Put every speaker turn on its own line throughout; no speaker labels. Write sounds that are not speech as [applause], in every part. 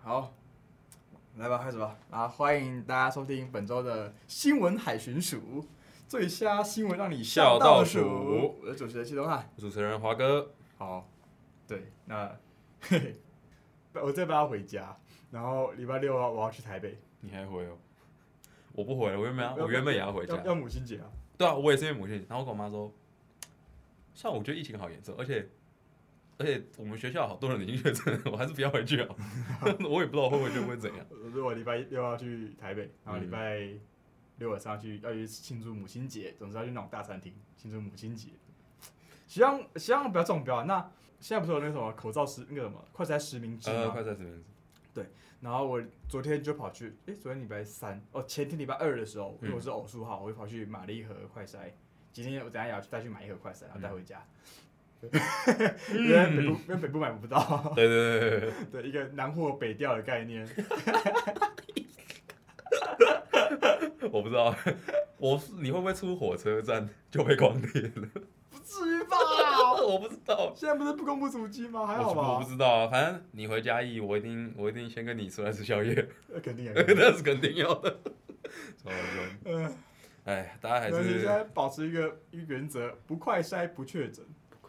好，来吧，开始吧。啊，欢迎大家收听本周的新闻海巡署最瞎新闻，让你到
笑倒
数
数。
我是主持人祁东汉。
主持人华哥，
好，对，那 [laughs] 嘿嘿，我这班要回家，然后礼拜六啊，我要去台北，
你还回哦？我不回了，我原本要
要
我原本也要回家
要。要母亲节啊。
对啊，我也是因为母亲节，然后我跟我妈说，算了，我觉得疫情好严重，而且而且我们学校好多人已经确诊，了，我还是不要回去好了。我也不知道我会回去会怎样。
我我礼拜六要去台北，然后
嗯
礼拜六晚上去要去庆祝母亲节，总之要去那种大餐厅庆祝母亲节。希望希望不要中标啊。那现在不是有那个什么口罩实那个什么快筛实名制吗？
呃，快三十名字，
然后我昨天就跑去，诶，昨天礼拜三哦，前天礼拜二的时候，因为
嗯
我是偶数号，我就跑去买了一盒快筛。今天我等一下也要去再去买一盒快筛，然后带回家。
嗯
因为北部因为北部买不到，
对对对对对
对一个南货北调的概
[laughs]
念。
对，我不知道，我是你会不会出火车站就被关店了？
不至于吧？
我不知道，
[laughs] 现在不是不公布足迹吗？还好
我我
吧
不？知道啊，反正你回家义，我一定我一定先跟你出来吃宵夜。
呃肯定也。
那是肯定要的。超好笑
嗯，
哎，大家还
那你现
是
在保持一个一个原则，不快筛不确诊。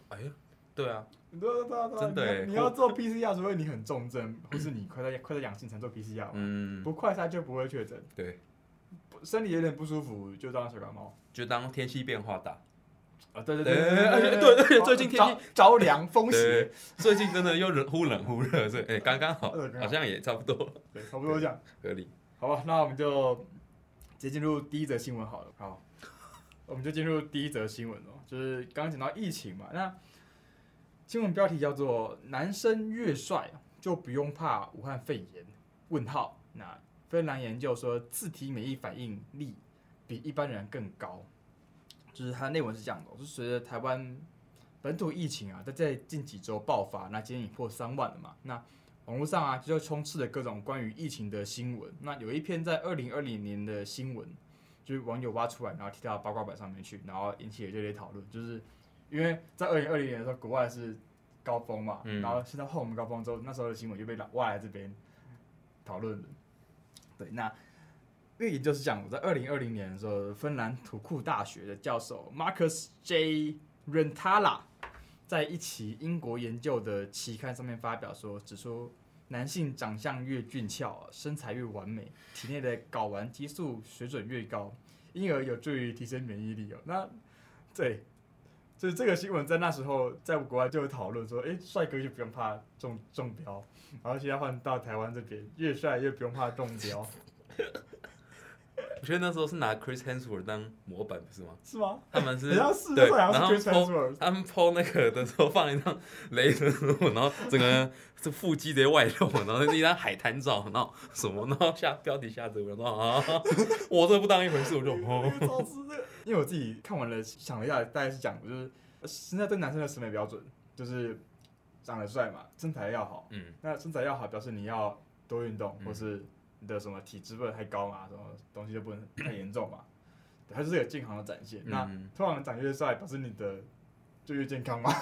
哎呀，对啊，
对对对对，
真的欸
你要
耶
你要做 PCR，除非你很重症，或是你快在快在阳性才做 PCR，、
嗯，
不快筛就不会确诊。
对，
不身体有点不舒服就当小感冒。
就当天气变化大。
啊，对对
对
对
而且对而且最近天气
着着凉风
对
邪，，
最近真的又冷忽冷忽热，所以哎，刚刚
[laughs]
好，
呃刚刚好
好像也差不多
对，差不多这样。
合理。
好吧，那我们就直接进入第一则新闻好了。好，我们就进入第一则新闻哦，就是刚刚讲到疫情嘛，那新闻标题叫做“男生越帅啊就不用怕武汉肺炎”？问号。那芬兰研究说，自体免疫反应力比一般人更高，就是它内文是这样的哦，就是随着台湾本土疫情啊，在在近几周爆发，那今天已破三万了嘛，那网络上啊，就充斥着各种关于疫情的新闻。那有一篇在二零二零年的新闻，就是网友挖出来，然后贴到八卦版上面去，然后引起了热烈讨论。就是因为在二零二零年的时候，国外是高峰嘛，
嗯
然后现在换我们高峰之后，那时候的新闻就被拉挖来这边讨论了。对，那那个研究是讲，我在二零二零年的时候，芬兰土库大学的教授 Marcus J. Rentala 在一期英国研究的期刊上面发表说，指出男性长相越俊俏，身材越完美，体内的睾丸激素水准越高，因而有助于提升免疫力哦。那对，就是这个新闻在那时候在国外就有讨论说，诶，帅哥就不用怕中中标，然后现在换到台湾这边，越帅越不用怕中标，
[laughs] 我觉得那时候是拿 Chris Hemsworth 当模板，不是吗？
是吗？
他
[laughs]
们
好
是
像是，
对，
好
然后
像是 Chris
po-
Hemsworth，
他们 PO 那个的时候放一张雷神舞，然后整个这腹肌直接外露，然后是一张海滩照，然后什么，然后下标题下这个，然后啊，我这不当一回事，我就哦。
超吃的。 [laughs] 因为我自己看完了，想了一下，大概是讲就是呃现在对男生的审美标准就是长得帅嘛，身材要好。
嗯，
那身材要好，表示你要多运动，
嗯
或是你的什么体脂不能太高嘛，什么东西就不能太严重嘛。对它就是有健康的展现。那
嗯
通常长越帅，表示你的就越健
[laughs]
康嘛。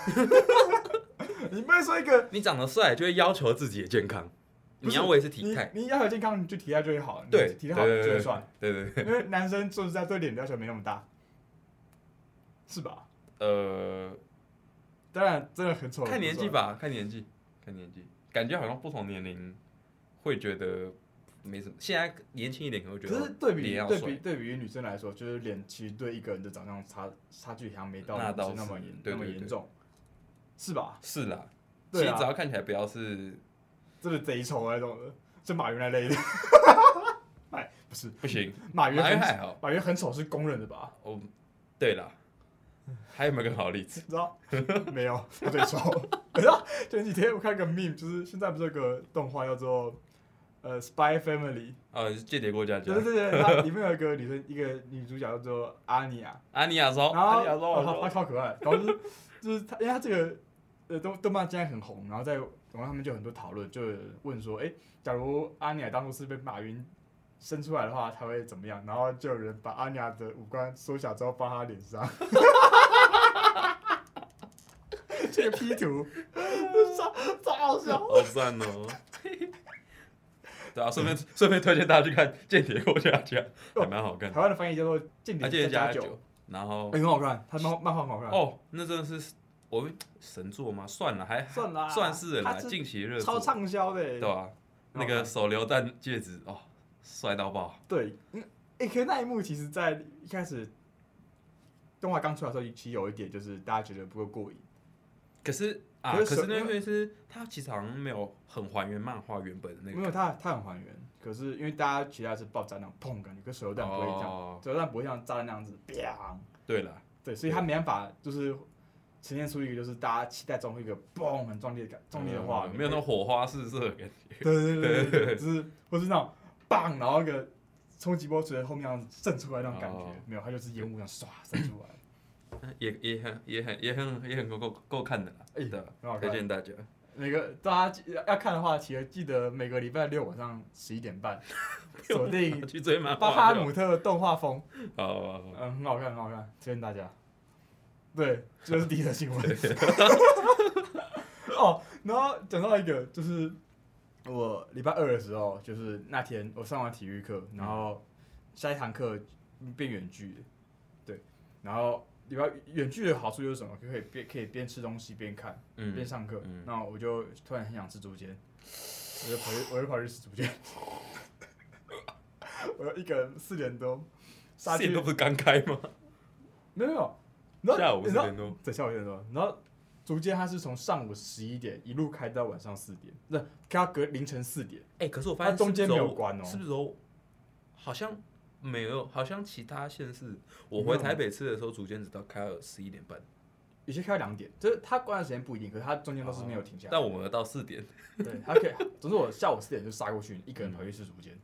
你不会说一个
你长得帅就会要求自己的健康，
不是
你要维持体
你
态，
你要有健康，你就体态就会好，你
对，
体态好你就会帅。
对对对，
因为男生说实在对脸的要求没那么大，是吧？
呃，
当然，真的很丑，
看年纪。吧，看年纪，看年纪，感觉好像不同年龄会觉得没什么，现在年轻一点可能会觉
可
得
是对比
脸要
对比
帅，
对比于女生来说，就是脸其实对一个人的长相差差距好像没到
那倒
是那
是
么严
对
那么
对
严
对
重，是吧？
是啦，其
对
实
啊
只要看起来不要是
真的贼丑啊那种的，就马云那
[laughs]
类的。哎，不是
不行，
马云
马
很
云还好，
马云很丑啊是公认的吧？
哦，对啦，还有没有更好的例子？
你知道 [laughs] 没有？他最丑。 [laughs] 你知道前几天我看个 meme，就是现在不是有个动画叫做呃《Spy Family》。
呃，间谍过家家
对，对对，它里面有一个女生，一个女主角叫做阿尼亚，
安啊妮亚
然
说，
后
安妮亚
哦她她
说，
超可爱，然后就是就是她，因为她这个呃动动漫现在很红，然后在然后他们就有很多讨论，就有人问说，哎，假如阿尼亚当初是被马云生出来的话，她会怎么样？然后就有人把阿尼亚的五官缩小之后放她脸上，这个 P [laughs] 图，超超好笑。
好赞哦，对啊，顺便
嗯
顺便推荐大家去看《间谍过家家》，还蛮好看的。
台湾的翻译叫做《哦间
啊，《
谍
间谍
加
家
酒》
酒》，然后
哎，很好看，他漫漫画很好看。
哦，那真的是我们神作吗？算了，还
算啦
算是啦，
它是
近期热
超
作，
畅销的欸，
对吧？那个手榴弹戒指哦，帅到爆！
对，嗯，哎、可是那一幕其实，在一开始动画刚出来的时候，其实有一点就是大家觉得不够过瘾，
可是啊，
可
可
是
是
手
那位是它其实好像没有很还原漫画原本的那
没
个
有它它很还原，可是因为大家其他是爆炸那种砰感觉，跟手榴弹不会这样，
哦，
手榴弹不会像炸弹那样子砰，
对了，
对，所以它没办法就是呈现出一个就是大家期待中会有一个砰很壮烈的感壮烈的画面，
嗯没有那种火花四射的感觉。
对对对
[laughs]
对对，就是或是那种棒，然后一个冲击波随着后面那样震出来那种感觉，
哦
没有，它就是烟雾这样唰渗出来，
也也很也很也很也很够够够看的啦，
哎
对啊吧
很好看
推荐大家。
每个大家记要看的话，其实记得每个礼拜六晚上十一点 [laughs] 半锁定
[laughs] 去追漫
巴哈
画。
姆特动画风，
好，好好 [laughs] 好
嗯，很好看，很好看，推荐大家。对，这是第一则新闻。 [laughs] 哦，然后讲到一个，就是我礼拜二的时候，就是那天我上完体育课，然后下一堂课变远距的，对，然后礼拜远距的好处就是什么？可以边可以边吃东西边看。边
嗯，
上课
嗯，
那我就突然很想吃竹签，我就跑去，我就跑去吃竹签， [laughs] 我一个人四点多杀去
线，都不是刚开吗？
没有没有，然后
下午
你
四
知道
点多，
对，下午四点多，然后竹签它是从上午十一点一路开到晚上四点，那开到隔凌晨四点，
哎，可是我发
它
现
中间没
是不
有
是
关哦，
是不是都好像没有？好像其他县市，我
没有
回台北吃的时候，竹间只到开到十一点半，
有些开到两点，就是它关的时间不一定，可是它中间都是没有停下来，
哦但我们到四点，
对，它可以，总之我下午四点就杀过去，一个人跑去吃竹签，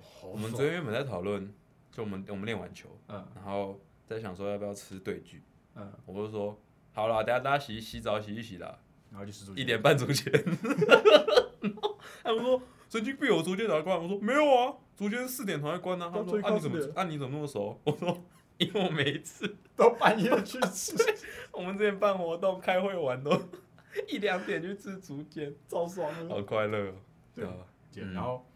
好
嗯我们
爽
昨天原本在讨论，就我们我们练完球，
嗯
然后在想说要不要吃对聚，
嗯，
我就说好啦，等一下大家洗洗澡洗一洗啦，
然后去吃竹签，
一点半竹签。 [laughs] 他们说神经病，我昨天才关。我说没有啊，昨天四点才会关呢、啊。他们说
昨天
啊你怎
4
么
点
啊你怎么那么熟？我说因为我每一次 [laughs]
都半夜去吃，
我们之前办活动开会玩都 [laughs] 一两点去吃竹签，
超爽的。
好快乐、哦。
对
对啊，嗯
然后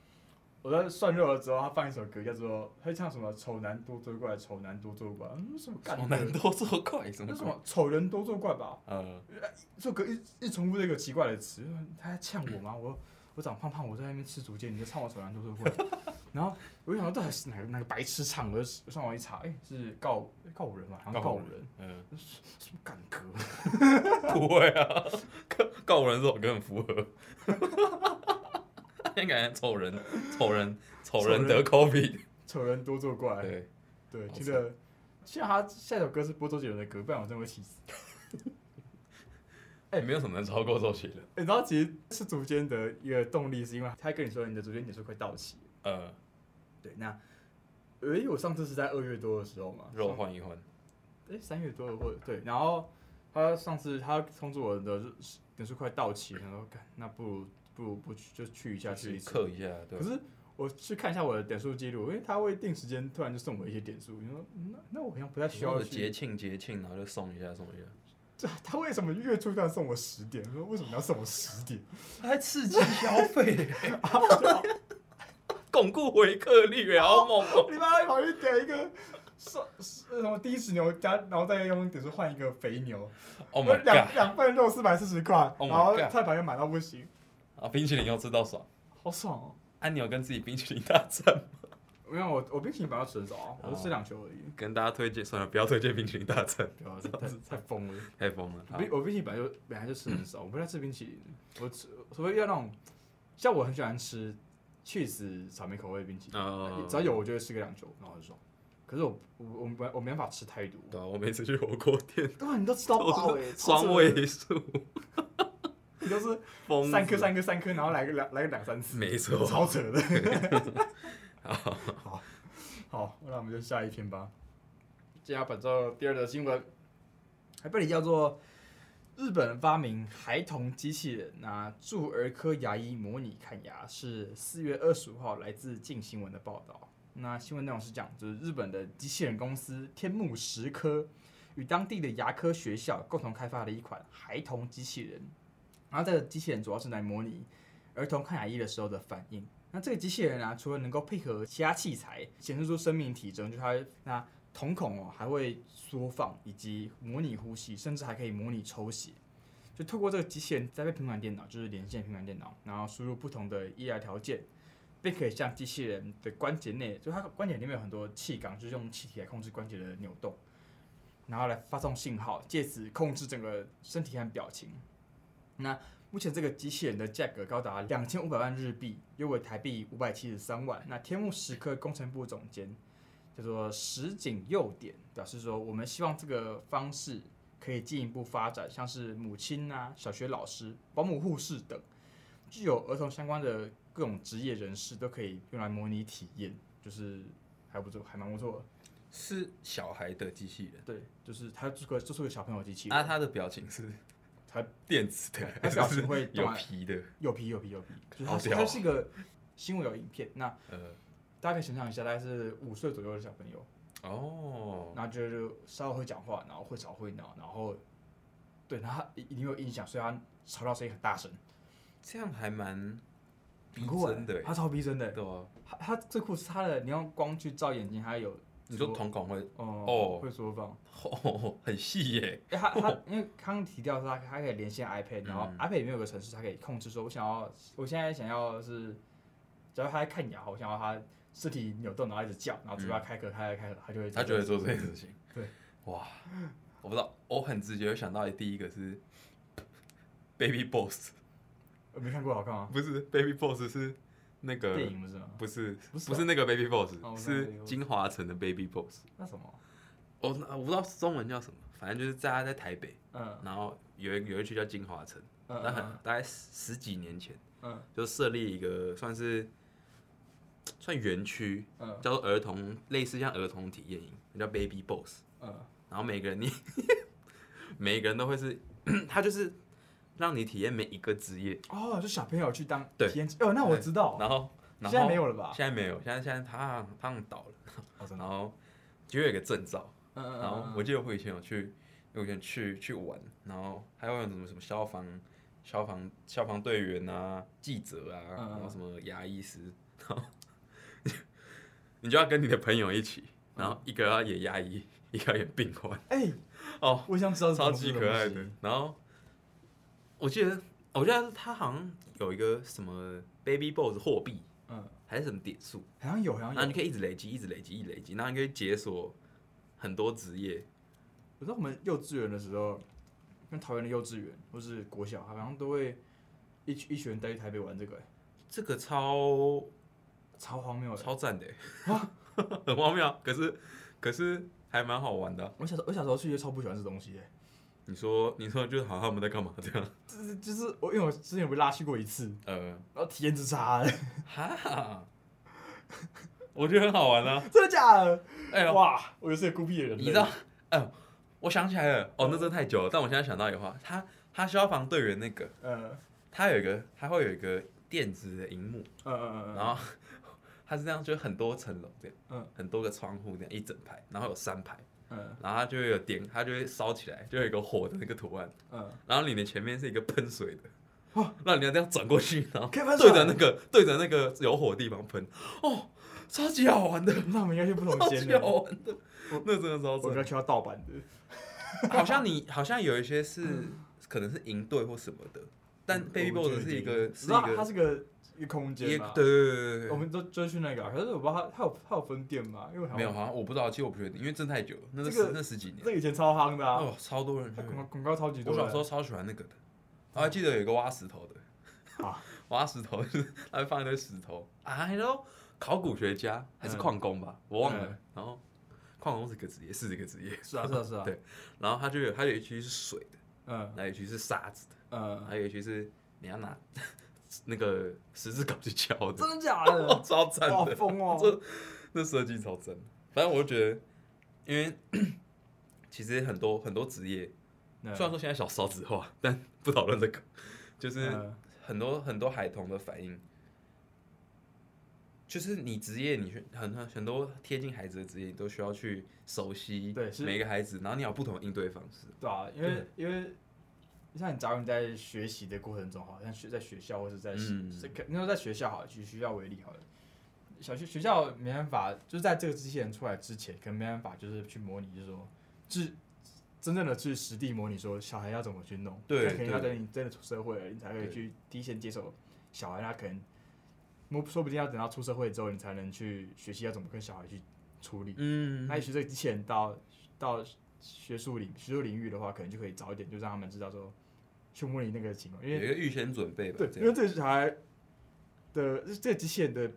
我在涮肉的时候，他放一首歌叫做，他唱什么“丑男多作怪，丑男多作怪”，嗯，什么感
好
觉？
难多做快什么
那什
鬼？
么丑人多作怪吧？
呃，
这首歌一一重复这个奇怪的词，他在呛
[coughs]
我吗？我我长胖胖，我在那边吃竹签，你就唱我丑男多作怪。然后我就想到底是哪个哪个白痴唱的，我上网一查，哎、是告告五人嘛，好像告
告
五
五
人，
嗯，
什么感歌？
不会啊， [laughs] 告告人这首歌很符合。 [laughs] 现在感觉丑人，丑人，丑人得 COVID，
丑人哎多作怪，
对，
对，
好
听着。虽然他下一首歌是播周杰伦的歌，不然我真的会气死。哎
没有什么能超过周杰伦。
欸你知道，其实是竹间的一个动力，是因为他跟你说你的竹间点数快到期了。
呃，
对，那，诶、我上次是在二月多的时候嘛，
肉换一换，
诶、三月多的或对，然后他上次他通知我的点数快到期了，然后干，那不如不如不去就去一下去一次。
刻一下，对
可。是我去看一下我的点数记录，因为他会定时间突然就送我一些点数，你说嗯那那我好像不太需要
的
去。
节庆节庆，然后就送一下送一下，
这他为什么月初突然送我十点？我说为什么要送我十点？
还刺激消费， [laughs] 巩固回客率，好猛哦！ [laughs]
你妈跑去点一个什呃什么低脂牛加，然后再用点数换一个肥牛，
Oh my
两
god！
两份肉四百四十块，
Oh my
然后
god
菜盘又买到不行，
啊，冰淇淋要吃到爽。
好爽哦！
啊，你有跟自己冰淇淋大战吗？
没有我我冰淇淋本来要吃很少啊，我就
哦
吃两球而已，
跟大家推荐，算了，不要推荐冰淇淋大战，
对啊，这太太疯了。
太疯了。
我
好
冰我冰淇淋本来就本来就吃很少，我不太吃冰淇淋，我吃除非要那种，像我很喜欢吃 cheese 草莓口味的冰淇淋，
呃，
只要有我就会吃个两球，然后很爽。可是我我我没我没办法吃太多，
对啊，我每次去火锅店
对啊，你都吃到爆
都
哎、
是
超
双
扯的，
位数，
你都是
疯子
三颗，三颗三颗，然后来个两来个两三次，
没
[laughs]
错
超扯的。
[laughs] 好
好，好，那我们就下一篇吧。接下来本周第二则新闻，还被你叫做日本发明孩童机器人，那驻儿科牙医模拟看牙，是四月二十五号来自近新闻的报道。那新闻内容是讲，就是日本的机器人公司天目石科与当地的牙科学校共同开发了一款孩童机器人，然后这个机器人主要是来模拟儿童看牙医的时候的反应。那这个机器人啊，除了能够配合其他器材显示出生命体征，就是它会那瞳孔哦还会缩放，以及模拟呼吸，甚至还可以模拟抽血。就透过这个机器人再被平板电脑，就是连线平板电脑，然后输入不同的医疗条件，便可以向机器人的关节内，就它关节里面有很多气缸，就是用气体来控制关节的扭动，然后来发送信号，借此控制整个身体和表情。那目前这个机器人的价格高达两千五百万日币，约为台币五百七十三万。那天目石科工程部总监叫做石井佑典表示说，我们希望这个方式可以进一步发展，像是母亲啊、小学老师、保姆、护士等，具有儿童相关的各种职业人士都可以用来模拟体验，就是还不错，还蛮不错
是小孩的机器人，
的。对，就是它做个做出个小朋友机器人，
啊，他的表
[laughs]
情是
它
电子的，
它表情 [laughs] 会
有
动来
皮的，
有皮有皮有皮，就是
好
它是
屌
它
哦
是一个新闻有影片，那
呃，
大家可以想象一下，大概是五岁左右的小朋友，
哦，
然后就是稍微会讲话，然后会吵会闹，然后对，然后他一定有印象，所以他吵到声音很大声，
这样还蛮逼
很酷欸
真的欸，
他超逼真的欸。
对啊，
他他最酷是他的，你用光去照眼睛，他有
你说
缩
瞳孔会，
哦
哦
会缩放。
哦，很细耶，
哎，他 [laughs] 他因为刚刚提到说他他可以连线 iPad，然后
嗯
iPad 里面有个程式，它可以控制说，我想要我现在想要是，只要他在看牙，我想要他身体扭动，然后一直叫，然后嘴巴开合开合开合，他就会
嗯他就会做这件事情，
对，
哇，我不知道，我很直觉想到的第一个是 Baby
[laughs]
Boss，
我没看过好看吗？
不是 Baby Boss 是那个
电影不是吗？
不是，
不
不
是
是,、
哦
那个 Baby
哦
Boss，
我知道
是
Baby Boss
金华城的 Baby Boss。
那什么？
哦，那我不知道中文叫什么，反正就是在他在台北，
嗯
然后有一有一区叫金华城，
嗯
那很
嗯
大概十十几年前
嗯
就设立一个算是算园区，
嗯
叫做儿童类似像儿童体验营，叫 Baby Boss，
嗯
然后每个人你 [laughs] 每个人都会是， [coughs] 他就是让你体验每一个职业，
哦，就小朋友去当
对
体验哦，那我知道，
然后然后
现在没有了吧？
现在没有，现在现在他好像他好像倒了，
哦，真的，
然后就有一个证照。
嗯
[laughs]
嗯
然后
嗯，
我记得我以前有去，有以前去去玩，然后还有什么什么消防、消防、消防队员啊、记者啊，
嗯嗯
然后什么牙医师，然后你就要跟你的朋友一起，然后一个要演牙医，一个要演病患，
哎，
哦，
我想知道是
[laughs]
怎
超
么
级
这个
可爱
东
的
西。。
然后我记得，我记得他好像有一个什么 Baby Boss 货币
嗯，
还是什么点数，
好像有，好像
然
有
后。你可以一直累积，一直累积，一直累积，然后你可以解锁很多职业。
我知道我们幼稚园的时候，跟桃园的幼稚园或是国小，好像都会一群一群人带去台北玩这个，哎
这个超
超荒谬的。
超赞的欸， [laughs] 很荒谬啊，可是可是还蛮好玩的啊、
我小时候我小时候去就超不喜欢这东西，哎
你说你说就是好像他们在干嘛这样？
就是就是我因为我之前有被拉去过一次，
呃，
然后体验之差， [laughs] 哎
哈， [laughs] 我觉得很好玩啊。
真的假的？
哎呦，
哇，我就是个孤僻的人类，
你知道，哎呦，我想起来了，哦，那真的太久了。但我现在想到一个话，他他消防队员那个，
呃？
他有一个他会有一个电子的荧幕，
嗯嗯嗯
然
嗯
后他是这样，就很多层楼这样，
嗯
很多个窗户这样一整排，然后有三排，
嗯
然后它就会有点，它就会烧起来，就有一个火的那个图案。
嗯
然后你的前面是一个喷水的，
哦
哦， [laughs] 让你要这样转过去，然后
可以喷水
对着那个对着那个有火的地方喷，哦，超级好玩的，
嗯， [laughs] 那我们应该去不同
超
间
级
的。
好玩的
我，
那真的超
我
赞
应该。去到盗版的。
[laughs] 好像你好像有一些是
嗯
可能是营队或什么的，但 Baby Boss 是一个是一
那它
个
是个一个空
一
间
个
嘛？
对，对对对
我
对
们都追去那个啊，可是我不知道它它有它有分店吗？因为我
对，
好
没有，
像
好像我不知道，其实我不确定，因为真的太久了，那是
这个
十那十几年，
这以前超夯的啊，
哦，超多人去
它。广告广告超级多
我
的。
小时候超喜欢那个的，我还记得有一个挖石头的，
啊，
[laughs] 挖石头就是他会放一堆石头啊，然后考古学家还是矿工吧，我忘了
嗯。
然后矿工是个职业，是这个职业。
是啊是啊是啊，
对然后他就有他有一区是水的，
嗯
还有一区是沙子的，
嗯，
还有一区是你要拿那个十字镐去敲 [laughs] 的
真，的假 [laughs] 的？
超赞
好
的，
疯哦！
[laughs] 这那设计超赞的。反正我就觉得，因为 [clears throat] 其实很多很多职业，
嗯
虽然说现在小少子化，但不讨论这个， [laughs] 就是。
嗯
很多很多孩童的反应，就是你职业，你去很很很多贴近孩子的职业，你都需要去熟悉
对是
每个孩子，然后你要有不同的应对方式。
对啊，因为因为像你，假如你在学习的过程中，好像学在学校或是在
嗯
这肯定说在学校好了，举学校为例好了，小学学校没办法，就是在这个机器人出来之前，可能没办法就是去模拟，就是说去真正的去实地模拟说小孩要怎么去弄，
对
那肯定要
对
等你真的出社会了，你才会
对
去第一线接手小孩，那可能说说不定要等到出社会之后，你才能去学习要怎么跟小孩去处理。
嗯
那也许这个机器人到到学术领学术领域的话，可能就可以早一点就让他们知道说去模拟那个情况，因
有
为
一个预先准备吧，
对，
这
因为
样
这个小孩的这个机器人的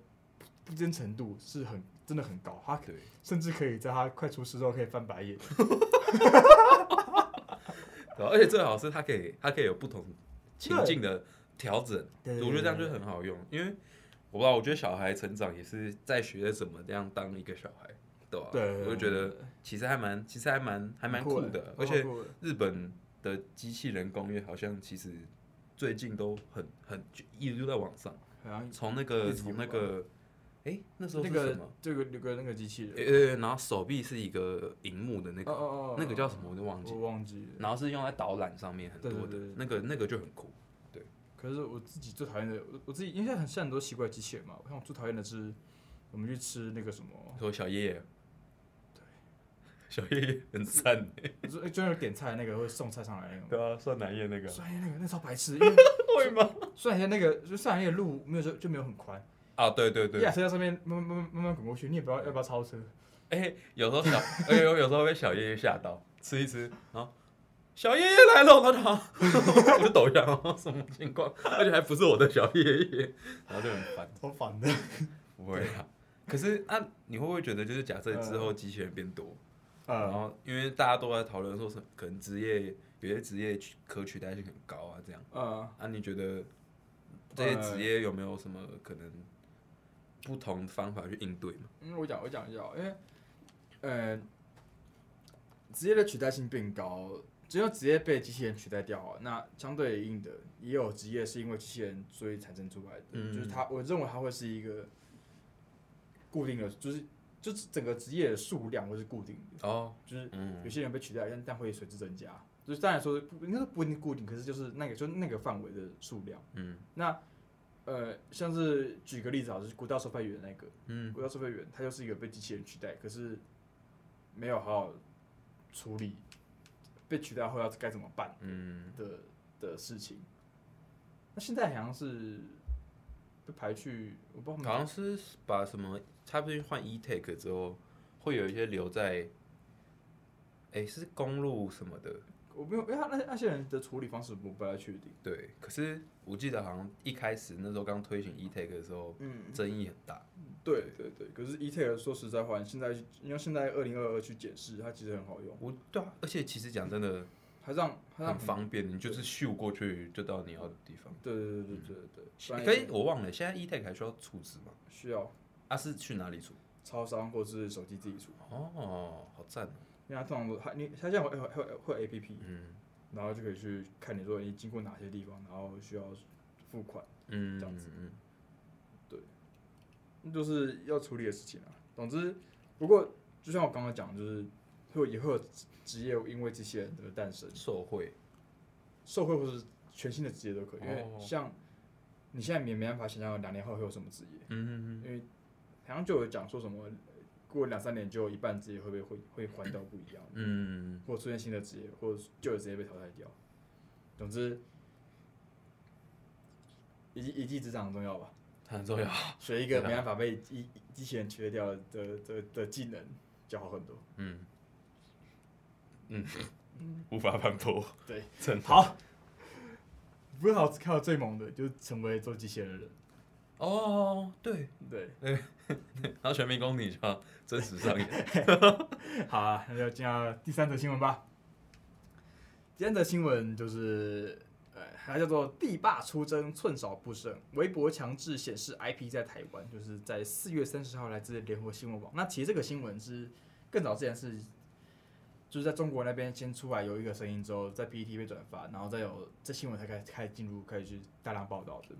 不真程度是很真的很高，他
对，
甚至可以在他快出事之后可以翻白眼。
对而且最好是它可以它可以有不同情境的调整，
对
我觉得这样就很好用，因为我不知道，我觉得小孩成长也是在学着怎么这样当一个小孩，对吧、
对，欸
我就觉得其实还蛮其实还蛮还蛮酷的，
哦
而且日本的机器人工业好像其实最近都很很就一直都在往上，
好像
从那个
嗯一直有啊
从那个哎、那时候
那
是什
个
么？
这个那个那个机器人，
呃，然后手臂是一个荧幕的那
哦
个，
哦哦，
那个叫什么我就忘记
我，忘记了。
然后是用在导览上面很多的
对对对，
那个那个就很酷。
可是我自己最讨厌的，我我自己因为现在很现在很多奇怪的机器人嘛，我像我最讨厌的是我们去吃那个什么。
说小叶，对，小叶很赞，
就是就有点菜那个会送菜上来那个，
对啊，算南叶那个
虽然那个那超白痴，因为
会吗？
虽然那个就上来那个路没有就就没有很宽，
啊，对对
一
对，
辆车在上面慢慢慢慢慢慢滚过去，你也不知道要不要超车，
哎，有时候小，哎呦，有时候被小叶叶吓到，吃一吃，然后小叶叶来了，我就好， [laughs] 我就抖一下，然后什么情况？而且还不是我的小叶叶，然后就很烦。
超烦的。
不会啊，可是那、你会不会觉得，就是假设之后机器人变多，然
呃，
后因为大家都在讨论说，是可能职业有些职业取可取代性很高啊，这样
呃，
啊，你觉得这些职业有没有什么可能不同方法去应对嘛？
嗯，我讲我讲一下哦，因为呃，职业的取代性变高，只有职业被机器人取代掉，那相对应的也有职业是因为机器人所以产生出来的，
嗯
就是它，我认为它会是一个固定的，就是就是整个职业的数量会是固定的，
哦，
就是
嗯
有些人被取代，但但会随之增加。就是当然说不应该说不一定固定，可是就是那个就是那个范围的数量。
嗯
那呃，像是举个例子啊，就是国道售票员那个
嗯，
国道售票员，他就是一个被机器人取代，可是没有好好处理被取代后要该怎么办
嗯，
的的事情。那现在好像是被排去，我不知道他们
好像是把什么，他不是换 e take 之后，会有一些留在，哎、是公路什么的，
我没有，因为他那那些人的处理方式我不太确定。
对。可是我记得好像一开始那时候刚推行 e take 的时候，
嗯，
争议很大。
对对对，可是 E ETL 说实在话，你现在你用现在二零二二去检视，它其实很好用，
我对啊，而且其实讲真的
它让它让
很方便，你就是咻过去就到你要的地方。
对对对对对对不然
可以，我忘了，现在 e tech 还需要储值吗？
需要
啊，是去哪里储？
超商或是手机自己出，
哦，好赞哦！
因为它通常都它你它现在会会会会 APP，
嗯
然后就可以去看你说你经过哪些地方，然后需要付款，
嗯，
这样子
嗯，
那就是要处理的事情啊。总之，不过就像我刚刚讲的，就是会有也会有职业因为机器人的诞生
嗯，受贿，
受贿或是全新的职业都可以，因为
哦
像你现在也没办法想象两年后会有什么职业。
嗯嗯嗯，
因为好像就有讲说什么，过两三年就有一半职业会被会会换掉不一样，
嗯，
或出现新的职业，或者旧的职业被淘汰掉。总之，一技一技之长很重要
[laughs]
吧？
很重要。
学一个
对啊
没办法被机机器人取代掉的的的技能，就好很多。
嗯嗯，无法反驳。
对，
真的
好， [laughs] 不是好只看到最猛的，就是成为做机器人的人。
哦，对， [laughs]
对，
然后全民公敌就要真实上演。
[laughs] 好、啊，那就进到第三则新闻吧。第三则新闻就是，呃，它叫做“地霸出征，寸草不生”。微博强制显示 IP 在台湾，就是在四月三十号来自联合新闻网。那其实这个新闻是更早之前是，就是在中国那边先出来有一个声音之后，在 PPT 被转发，然后再有这新闻才开开始进入开始去大量报道的。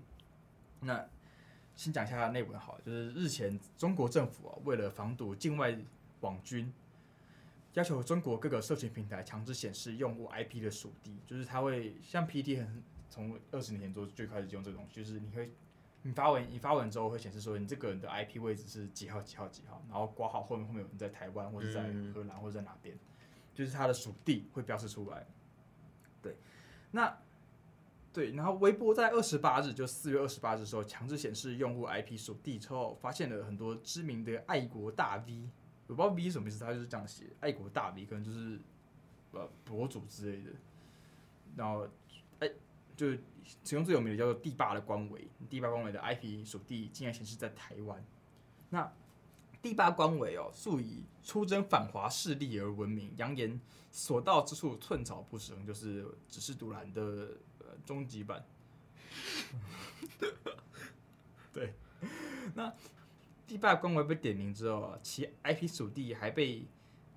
那先讲一下内文好了，就是日前中国政府啊，为了防堵境外网军要求中国各个社群平台强制显示用户 IP 的属地，就是它会像 PT 很从二十年前做就开始用这个东西，就是你会你发文你发文之后会显示说你这个人的 IP 位置是几号几号几号，然后挂号后面后面有人在台湾或者在
嗯
荷兰或者在哪边，就是它的属地会标示出来。对，那对，然后微博在二十八日，就四月二十八日的时候，强制显示用户 IP 属地之后，发现了很多知名的爱国大 V，我不知道 V 是什么意思，他就是这样写，爱国大 V 可能就是呃博主之类的，然后哎、就其中最有名的叫做第八的官微，第八官微的 IP 属地竟然显示在台湾，那第八官微哦，素以出征反华势力而闻名，扬言所到之处寸草不生，就是只是独蓝的呃终极版。对，那第八官微被点名之后啊，其 IP 属地还被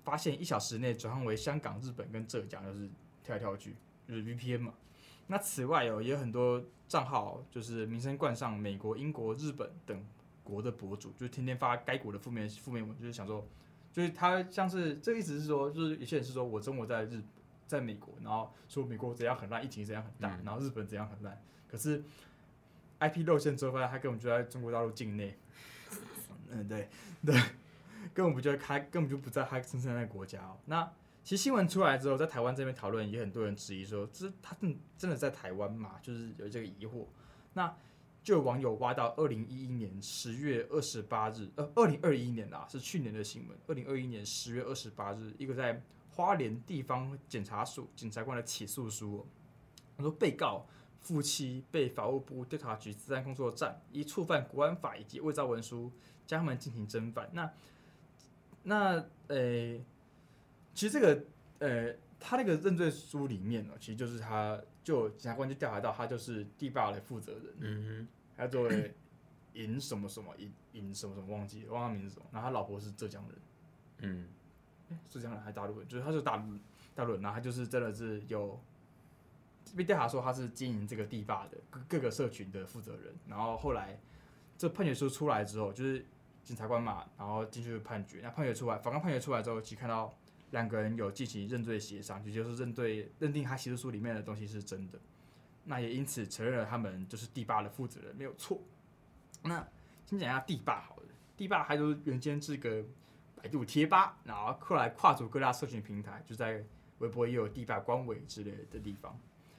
发现一小时内转换为香港、日本跟浙江，就是跳来跳去，就是 VPN 嘛。那此外哦，也有很多账号就是名声冠上美国、英国、日本等国的博主，就是天天发该国的负面负面文，就是想说，就是他像是这个意思是说，就是有些人是说我中国在日在美国，然后说美国怎样很烂，疫情怎样很大，然后日本怎样很烂，可是 IP 露馅之后，发现他根本就在中国大陆境内，嗯，对对，根本不就他根本就不在他身上那个国家、哦。那其实新闻出来之后，在台湾这边讨论，也很多人质疑说，这他真真的在台湾吗？就是有这个疑惑。那就有网友挖到二零一一年十月二十八日，呃，二零二一年啦，是去年的新闻。二零二一年十月二十八日，一个在花莲地方检察署检察官的起诉书哦，他说被告夫妻被法务部调查局治安工作站依触犯国安法以及伪造文书，将他们进行侦办。那那呃，其实这个呃，他那个认罪书里面呢、哦其实就是他就检察官就调查到他就是地霸的负责人。
[laughs] 嗯
他作为尹什么什么尹尹什么什么忘记了忘了他名字什么，然后他老婆是浙江人，
哼嗯，
诶浙江人还是大陆人，就是他是大陆大陆人，然后他就是真的是有被调查说他是经营这个地霸的各各个社群的负责人，然后后来这判决书出来之后，就是检察官嘛，然后进去判决，那判决出来，法官判决出来之后，其实看到两个人有进行认罪协商，也就是认罪认定他起诉书里面的东西是真的，那也因此承认了他们就是地霸的负责人没有错。那先讲一下地霸好了，地霸还就是原先是个百度贴吧，然后后来跨足各大社群平台，就在微博也有地霸官微之类的地方，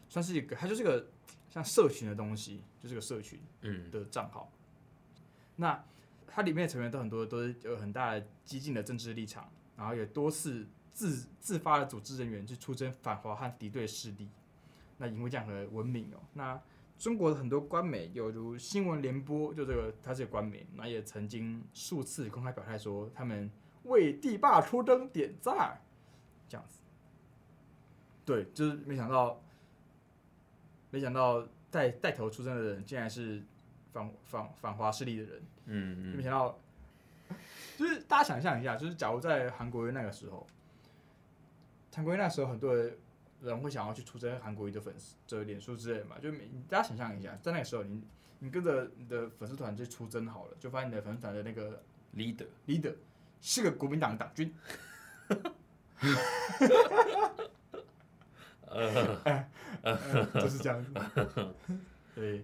算是一个，它就是个像社群的东西，就是个社群。
嗯
的账号。那它里面的成员都很多都是有很大的激进的政治立场，然后也多次自自发的组织人员去出征反华和敌对势力。那因为这样的文明哦，那中国的很多官媒，有如新闻联播，就这个它是个官媒，那也曾经数次公开表态说，他们为地霸出征点赞，这样子。对，就是没想到，没想到带带头出征的人竟然是反反反华势力的人，
嗯
没
嗯，
想到，就是大家想象一下，就是假如在韩国瑜那个时候，韩国瑜那时候很多人会想要去出征韩国瑜的粉丝、的脸书之类的嘛，就每大家想象一下，在那个时候你你跟着你的粉丝团去出征好了，就发现你的粉丝团的那个
leader，
leader 是个国民党的党
[laughs]
军，
呃，
嗯就是这样子。对，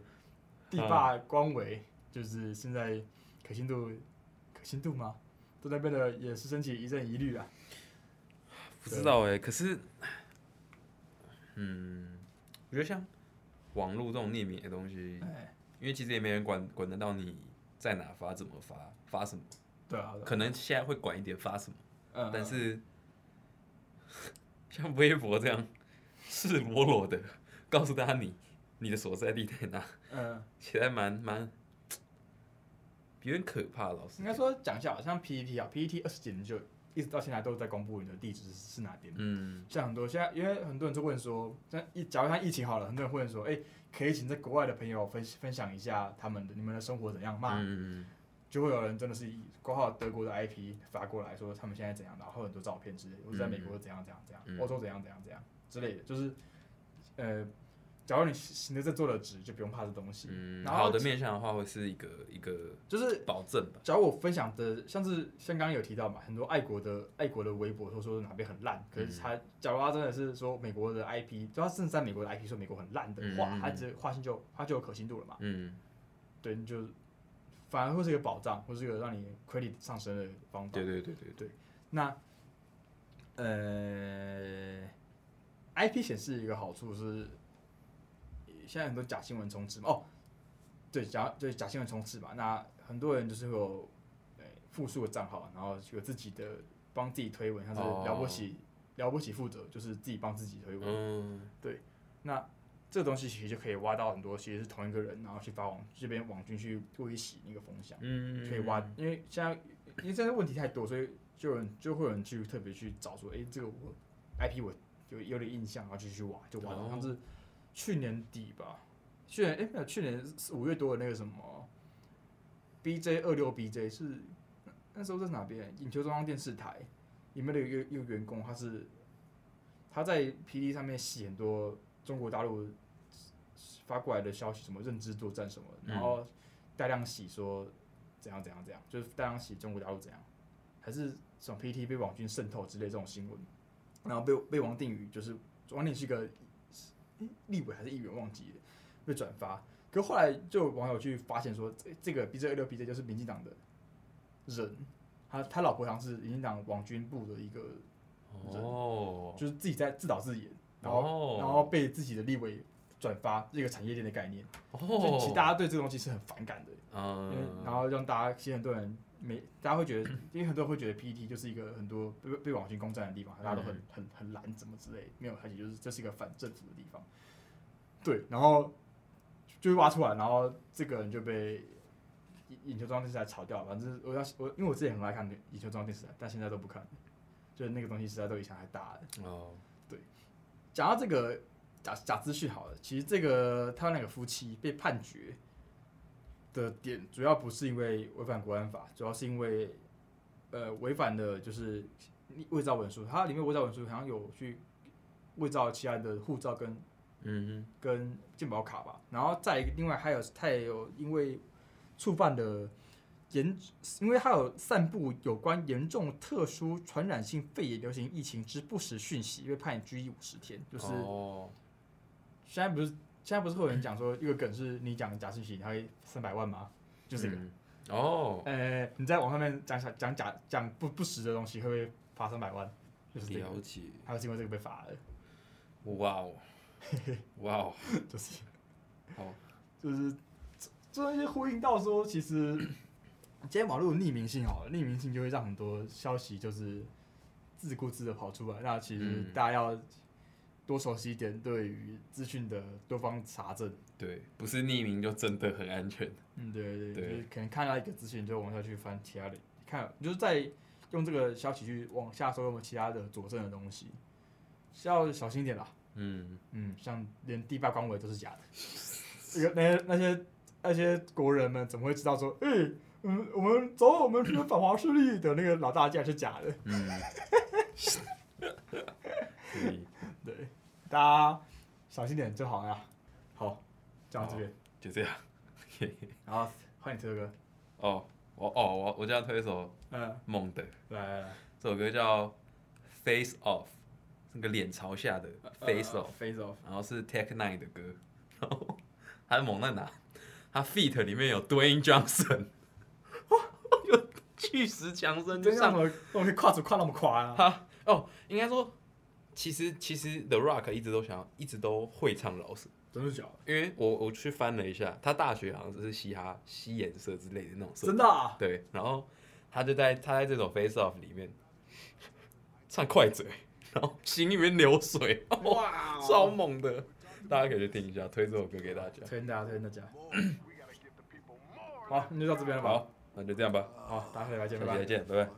地霸光伟就是现在可信度可信度吗？都那边的也是升起一阵疑虑啊。
不知道哎，可是，嗯，我觉得像网络这种匿名的东西，
哎，
因为其实也没人管管得到你在哪发、怎么发、发什么，
对啊，对啊
可能现在会管一点发什么，
嗯，
但是 [laughs] 像微博这样赤裸裸的告诉大家你你的所在地在哪，
嗯，
其实还蛮蛮有点可怕，老师
应。该说讲一下，像 PPT 啊，PPT 二十几年就一直到现在都在公布你的地址是哪边。
嗯，
像很多现在，因为很多人就问说，像疫，假如像疫情好了，很多人会问说，哎、可以请在国外的朋友分分享一下他们的你们的生活怎样吗？
嗯，
就会有人真的是以挂号德国的 IP 发过来说他们现在怎样，然后很多照片之类的，或者在美国怎样怎样怎样，
嗯
欧洲怎样怎样怎样之类的，就是呃，假如你行得正坐得直，就不用怕这东西。
嗯，
然后
好的面向的话会是一个一个
就是
保证吧。
假如我分享的，像是像刚刚有提到嘛，很多爱国的爱国的微博都说哪边很烂，可
嗯
是他假如他真的是说美国的 IP，就他甚至在美国的 IP 说美国很烂的话，
嗯嗯嗯
他这划线就他就有可信度了嘛，
嗯，
对，你就反而会是一个保障，或是一个让你 credit 上升的方法
对。对对对对，
那呃，IP 显示一个好处是，现在很多假新闻充斥嘛，哦，对假对假新闻充斥嘛，那很多人就是会有呃复数的账号，然后有自己的帮自己推文，像是
哦
了不起、了不起负责，就是自己帮自己推文，
嗯，
那这个东西其实就可以挖到很多，其实是同一个人，然后去发网这边网军去故意洗那个风向。
嗯，
可以挖，因为现在因为现在问题太多，所以就有人就会有人去特别去找说，哎、这个我 IP 我有有点印象，然后就去挖，就挖到
哦
像是去年底吧，去年哎、没有，去年是五月多的那个什么 BJ 二六 BJ 是那那时候在哪边？眼球中央电视台里面的有一个有一个员工，他是他在 PD 上面洗很多中国大陆发过来的消息，什么认知作战什么的，然后大量洗说怎样怎样怎样，就是大量洗中国大陆怎样，还是什么 PT 被网军渗透之类这种新闻，然后被被王定宇就是王定宇是一个诶立委还是议员忘记了被转发，可后来就有网友去发现说这这个 BJ 二六 BJ 就是民进党的人，他他老婆好像是民进党网军部的一个，
哦，
就是自己在自导自演，然后
后
然后被自己的立委转发这个产业链的概念，就
哦，
其实大家对这个东西是很反感的，因为
嗯，
然后让大家其实很多人没，大家会觉得，因为很多人会觉得 PPT 就是一个很多被被网军攻占的地方，大家都很很很懒怎么之类，没有，而且就是这是一个反政府的地方，对，然后就会挖出来，然后这个人就被。眼球中央电视台炒掉了，反正我要我因为我之前很爱看眼球中央电视台，但现在都不看了，就是那个东西实在都影响太大了。
哦，
讲到这个假假资讯好了，其实这个他们两个夫妻被判决的点，主要不是因为违反国安法，主要是因为呃违反的就是伪造文书，它里面伪造文书好像有去伪造其他人呃的护照跟
嗯
跟健保卡吧，然后再另外还有他也有因为触犯了严，因为他有散布有关严重特殊传染性肺炎流行疫情之不实讯息，被判拘役五十天。
哼，
就是
哦，
现在不是现在不是会有人讲说一个梗是你讲假讯息，他会三百万吗？就是这个，
嗯哦，
呃，你在网上面讲假讲假讲不不实的东西，会不会罚三百万？就是这个，
了解，
还有是因为这个被罚了，
哇哦，哇哦，
[laughs] 就是。
好，
就是这这东西呼应到说，其实 [coughs] 今天网络有匿名性好了，匿名性就会让很多消息就是自顾自的跑出来。那其实
嗯
大家要多熟悉一点对于资讯的多方查证。
对，不是匿名就真的很安全，
嗯，对对
对
就是可能看到一个资讯，就往下去翻其他的，看就是在用这个消息去往下搜有没有其他的佐证的东西，是要小心一点啦。
嗯，
嗯，像连第八官委都是假的， [laughs] 那个那些那些那些国人们怎么会知道说，哎、嗯，我们走，我们是反华势力的那个老大竟然是假的？
嗯，可以
对，大家小心点就好了。好，讲到这边，
就这样。
然后换你推歌，
哦，我哦我我就要推一首
嗯，
梦的，
来来来
这首歌叫《Face Off》，那个脸朝下的
呃
Face Off，、
，Face Off，
然后是 Tech Nine 的歌，然后他猛在哪？他 Feat 里面有 Dwayne Johnson，有巨石强森就
真像
上
什么东西跨组跨那么夸啊？
他哦，应该说，其实其实 The Rock 一直都想要，一直都会唱饶舌。
真的假的？
因为我我去翻了一下，他大学好像是嘻哈、西颜色之类的那种色
真的啊？
对，然后他就在他在这种 Face Off 里面唱快嘴，然后心里面流水，
哇哦
[laughs] 超猛的，大家可以去听一下，推这首歌给大家。
推荐大家，推荐大家。好，那就到这边了吧。
好，那就这样吧，
好，大家下礼拜见，拜
下
拜。
期再见，拜拜。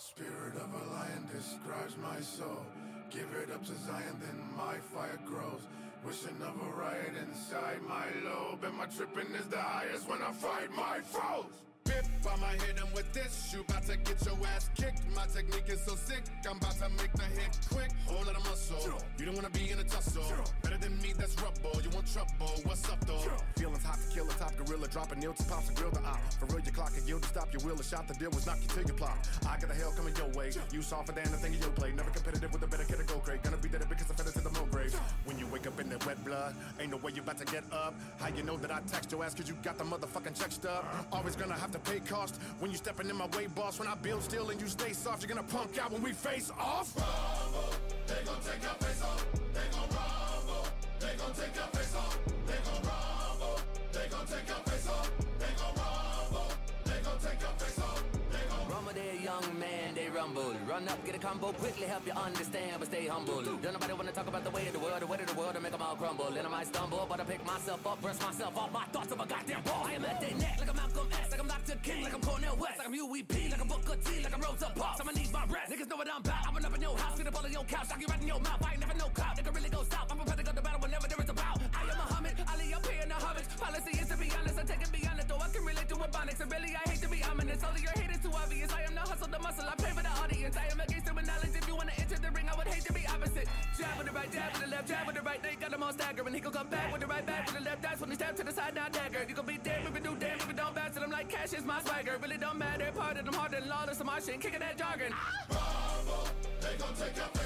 Spirit of a lion describes my soul. Give it up to Zion, then my fire grows. Wishing of a riot inside my lobe. Am I tripping is the highest when I fight my foes? Bip, I'ma hit him with this. You bout to get your ass kicked. My technique is so sick. I'm about to make the hit quick. Whole lot of muscle. You don't wanna be in a tussle. Better than me, that's rubble. You want trouble? What's up though? Feelings hot to kill a top gorilla. Drop a kneel to pops and grill the op. For real, your clock and yield to stop your will. A shot the deal was knock you till you plop. I got a hell coming your way. You softer than the thing in your play. Never competitive with a better kid to go great. Gonna be there because I fed it to the mo grave. When you wake up in that wet blood, ain't no way you about to get up. How you know that I text your ass cause you got the motherfucking check stub? Always gonna have to pay cost when you stepping in my way, boss. When I build still and you stay soft, you're gonna punk out when we face off. They gon' take your face off. They gon' rumble. They gon' take your face off. They gon' rumble. They gon' take your face off. They gon' rumble. They gon' take your face off. They gon'
Rumble there, young man, they rumble. Run up, get a combo, quickly help you understand, but stay humble. Don't nobody wanna talk about the way of the world, the weight of the world, and make them all crumble. And I might stumble, but I pick myself up, brush myself off my thoughts of a goddamn ball. I am at their neck, like I'm Malcolm X, like I'm Dr. King, like I'm Cornel West, like I'm UEP, like I'm Booker T, like I'm Rosa Parks. I'ma need my rest, niggas know what I'm about. I'ma up in your house, get a ball in your couch, knock you right in your mouth. I ain't never no cop, nigga really go south. I'm prepared to go to battle whenever there is a bout. I am Muhammad, Ali, I'm paying a homage. Policy is to be honest, I take it beyond it, though I can relate to ebonics. And really, I hate to be ominous, only your hate is too obvious. I am the hustle, the muscle, I pay for the audience. I am against human knowledge, if you wanna enter the ring, I would hate to be opposite. Jab with the right, jab with the left, jab with the right, they got them all staggering. He gon' come back with the right back, with the left, that's when he stab to the side, now dagger. You gon' be damned if you do damn, if you don't bounce, and I'm like, cash is my swagger. Really don't matter, part of them harder than lawless, I'm Martian, kicking that jargon.
They gon' take your